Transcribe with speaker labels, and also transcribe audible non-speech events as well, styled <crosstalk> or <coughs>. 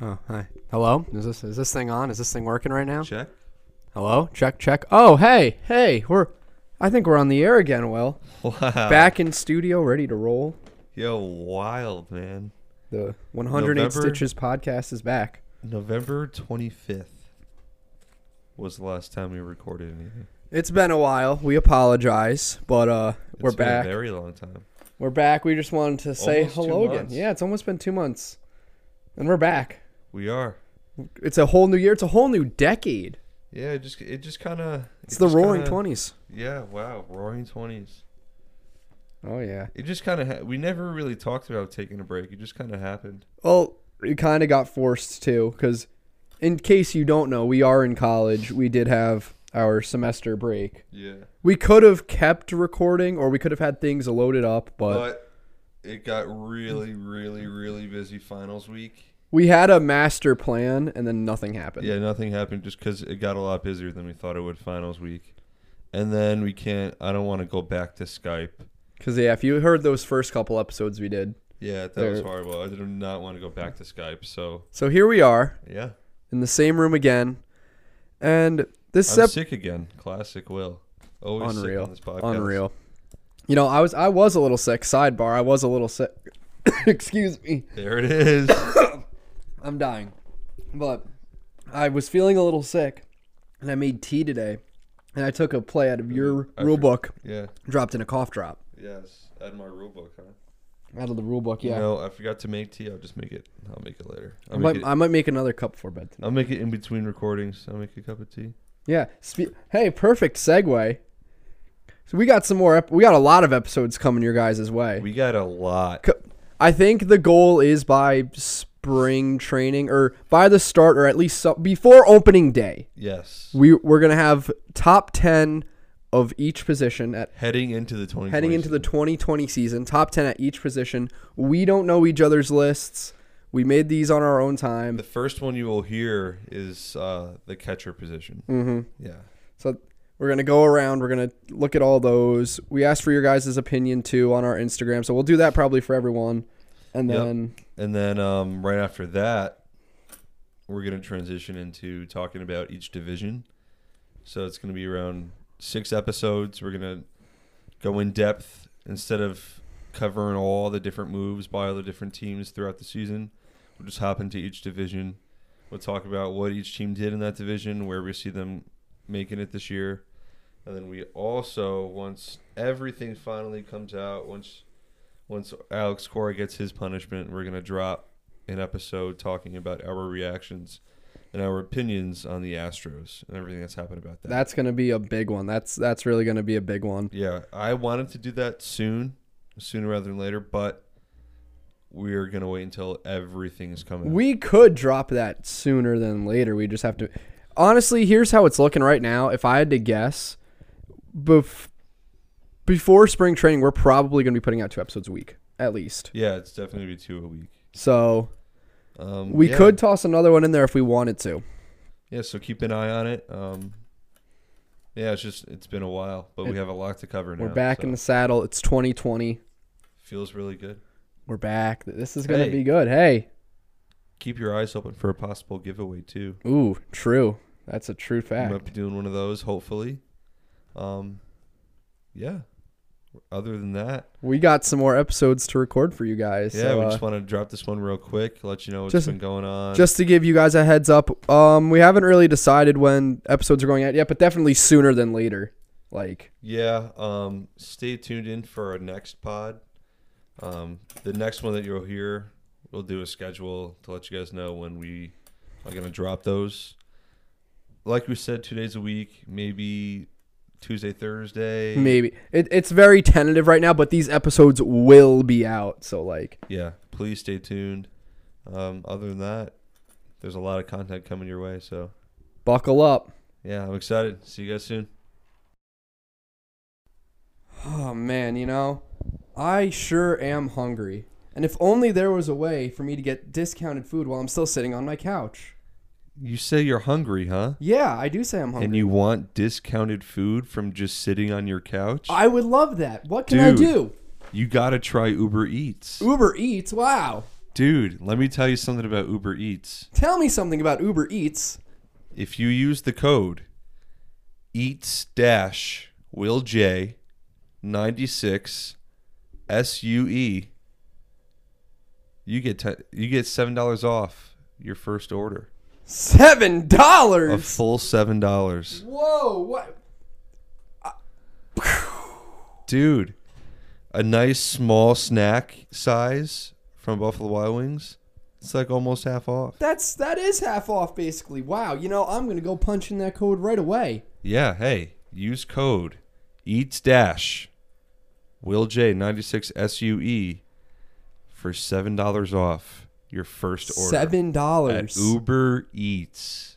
Speaker 1: Oh,
Speaker 2: Hello? Is this is this thing on? Is this thing working right now?
Speaker 1: Check.
Speaker 2: Hello? Check, check. Oh, hey, hey, we're I think we're on the air again, Will.
Speaker 1: <laughs> Wow.
Speaker 2: Back in studio, ready to roll.
Speaker 1: Yo, wild, man.
Speaker 2: The 108
Speaker 1: November-
Speaker 2: Stitches podcast is back.
Speaker 1: November 25th was the last time we recorded anything.
Speaker 2: It's been a while. We apologize, but uh we're
Speaker 1: It's been
Speaker 2: back.
Speaker 1: A very long time.
Speaker 2: We're back. We just wanted to say
Speaker 1: Almost two
Speaker 2: hello again.
Speaker 1: months.
Speaker 2: Yeah, it's almost been 2 months. And we're back.
Speaker 1: We are.
Speaker 2: It's a whole new year. It's a whole new decade.
Speaker 1: Yeah, it just it just kind of.
Speaker 2: It's the roaring 20s.
Speaker 1: Yeah, wow, roaring 20s.
Speaker 2: Oh yeah.
Speaker 1: It just kind of ha- we never really talked about taking a break. It just kind of happened.
Speaker 2: Well, it kind of got forced too, because in case you don't know, we are in college. We did have our semester break.
Speaker 1: Yeah.
Speaker 2: We could have kept recording, or we could have had things loaded up, but,
Speaker 1: But it got really really really busy finals week.
Speaker 2: we had a master plan, and then nothing happened.
Speaker 1: Yeah, nothing happened just because it got a lot busier than we thought it would finals week. And then we can't, I don't want to go back to Skype.
Speaker 2: Because yeah, if you heard those first couple episodes we did,
Speaker 1: Yeah, that was
Speaker 2: There.
Speaker 1: horrible. I did not want to go back to Skype. So,
Speaker 2: so here we are
Speaker 1: yeah,
Speaker 2: in the same room again, and this
Speaker 1: I'm
Speaker 2: ep-
Speaker 1: sick again. Classic Will. Always sick
Speaker 2: unreal,
Speaker 1: on this podcast.
Speaker 2: unreal. You know, I was I was a little sick. Sidebar: I was a little sick. <coughs> Excuse me.
Speaker 1: There
Speaker 2: <laughs>
Speaker 1: it is.
Speaker 2: I'm dying. But I was feeling a little sick, and I made tea today, and I took a play out of your
Speaker 1: I
Speaker 2: rule
Speaker 1: forg-
Speaker 2: book,
Speaker 1: yeah.
Speaker 2: dropped in a cough drop
Speaker 1: Yes. Add my rule book, huh?
Speaker 2: out of the rule book.
Speaker 1: You
Speaker 2: Yeah,
Speaker 1: know, I forgot to make tea. I'll just make it. I'll make it later.
Speaker 2: I
Speaker 1: I'll make
Speaker 2: might,
Speaker 1: it,
Speaker 2: I might make another cup for bed. Tonight.
Speaker 1: I'll make it in between recordings. I'll make a cup of tea.
Speaker 2: Yeah. Spe- hey, perfect segue. So we got some more. Ep- we got a lot of episodes coming your guys' way.
Speaker 1: We got a lot.
Speaker 2: Co- I think the goal is by spring training or by the start or at least so- before opening day.
Speaker 1: Yes.
Speaker 2: We we're gonna have top ten of each position at
Speaker 1: Heading into the 2020
Speaker 2: heading into the
Speaker 1: season.
Speaker 2: 2020 season, top 10 at each position. We don't know each other's lists. We made these on our own time.
Speaker 1: The first one you will hear is uh, the catcher position.
Speaker 2: hmm
Speaker 1: Yeah.
Speaker 2: So we're going to go around. We're going to look at all those. We asked for your guys' opinion too on our Instagram. So we'll do that probably for everyone. And
Speaker 1: Yep.
Speaker 2: then,
Speaker 1: And then um, right after that, we're going to transition into talking about each division. So it's going to be around six episodes. We're going to go in depth instead of covering all the different moves by all the different teams throughout the season. We'll just hop into each division. We'll talk about what each team did in that division, where we see them making it this year. And then we also, once everything finally comes out, once once Alex Cora gets his punishment, we're gonna drop an episode talking about our reactions and our opinions on the Astros and everything that's happened about that.
Speaker 2: that's going to be a big one. That's that's really going to be a big one.
Speaker 1: yeah, I wanted to do that soon, sooner rather than later, but we're gonna wait until everything's coming. out.
Speaker 2: We could drop that sooner than later. We just have to. Honestly, here's how it's looking right now. If I had to guess, bef- before spring training, we're probably going to be putting out two episodes a week at least.
Speaker 1: yeah, it's definitely gonna be two a week.
Speaker 2: So
Speaker 1: Um,
Speaker 2: we
Speaker 1: yeah.
Speaker 2: could toss another one in there if we wanted to.
Speaker 1: Yeah, so keep an eye on it. Um, yeah, it's just it's been a while, but we have a lot to cover now.
Speaker 2: We're back
Speaker 1: so
Speaker 2: in the saddle. It's 2020.
Speaker 1: feels really good.
Speaker 2: We're back. This is going to
Speaker 1: Hey.
Speaker 2: be good. Hey.
Speaker 1: Keep your eyes open for a possible giveaway too.
Speaker 2: Ooh, true. That's a true
Speaker 1: We
Speaker 2: fact.
Speaker 1: might be doing one of those, hopefully. Um, yeah. Other than that,
Speaker 2: We got some more episodes to record for you guys.
Speaker 1: yeah,
Speaker 2: so,
Speaker 1: we
Speaker 2: uh,
Speaker 1: just want to drop this one real quick, let you know what's
Speaker 2: Just-
Speaker 1: been going on.
Speaker 2: just to give you guys a heads up um we haven't really decided when episodes are going out yet but definitely sooner than later like
Speaker 1: yeah, um, stay tuned in for our next pod. Um, the next one that you'll hear, we'll do a schedule to let you guys know when we are going to drop those. Like we said, two days a week, maybe Tuesday, Thursday.
Speaker 2: maybe it, it's very tentative right now but these episodes will be out so like
Speaker 1: yeah, please stay tuned. Um, other than that, there's a lot of content coming your way. So,
Speaker 2: buckle up
Speaker 1: yeah, I'm excited. See you guys soon.
Speaker 2: oh man you know i sure am hungry and if only there was a way for me to get discounted food while i'm still sitting on my couch
Speaker 1: You say you're hungry, huh?
Speaker 2: yeah i do say i'm hungry
Speaker 1: And you want discounted food from just sitting on your couch?
Speaker 2: i would love that what can i
Speaker 1: Dude.
Speaker 2: do
Speaker 1: you got to try Uber Eats.
Speaker 2: uber eats wow
Speaker 1: Dude, let me tell you something about Uber Eats.
Speaker 2: Tell me something about Uber Eats.
Speaker 1: If you use the code eats dash will j 96 sue E, you get te- you get seven dollars off your first order
Speaker 2: Seven
Speaker 1: a
Speaker 2: dollars.
Speaker 1: full seven dollars
Speaker 2: Whoa! What?
Speaker 1: dude a nice small snack size from buffalo wild wings it's like almost half off
Speaker 2: That's that is half off basically. Wow. You know I'm gonna go punch in that code right away.
Speaker 1: yeah hey use code eats dash will j 96 sue E, for seven dollars off your first order
Speaker 2: Seven
Speaker 1: at
Speaker 2: dollars.
Speaker 1: Uber Eats.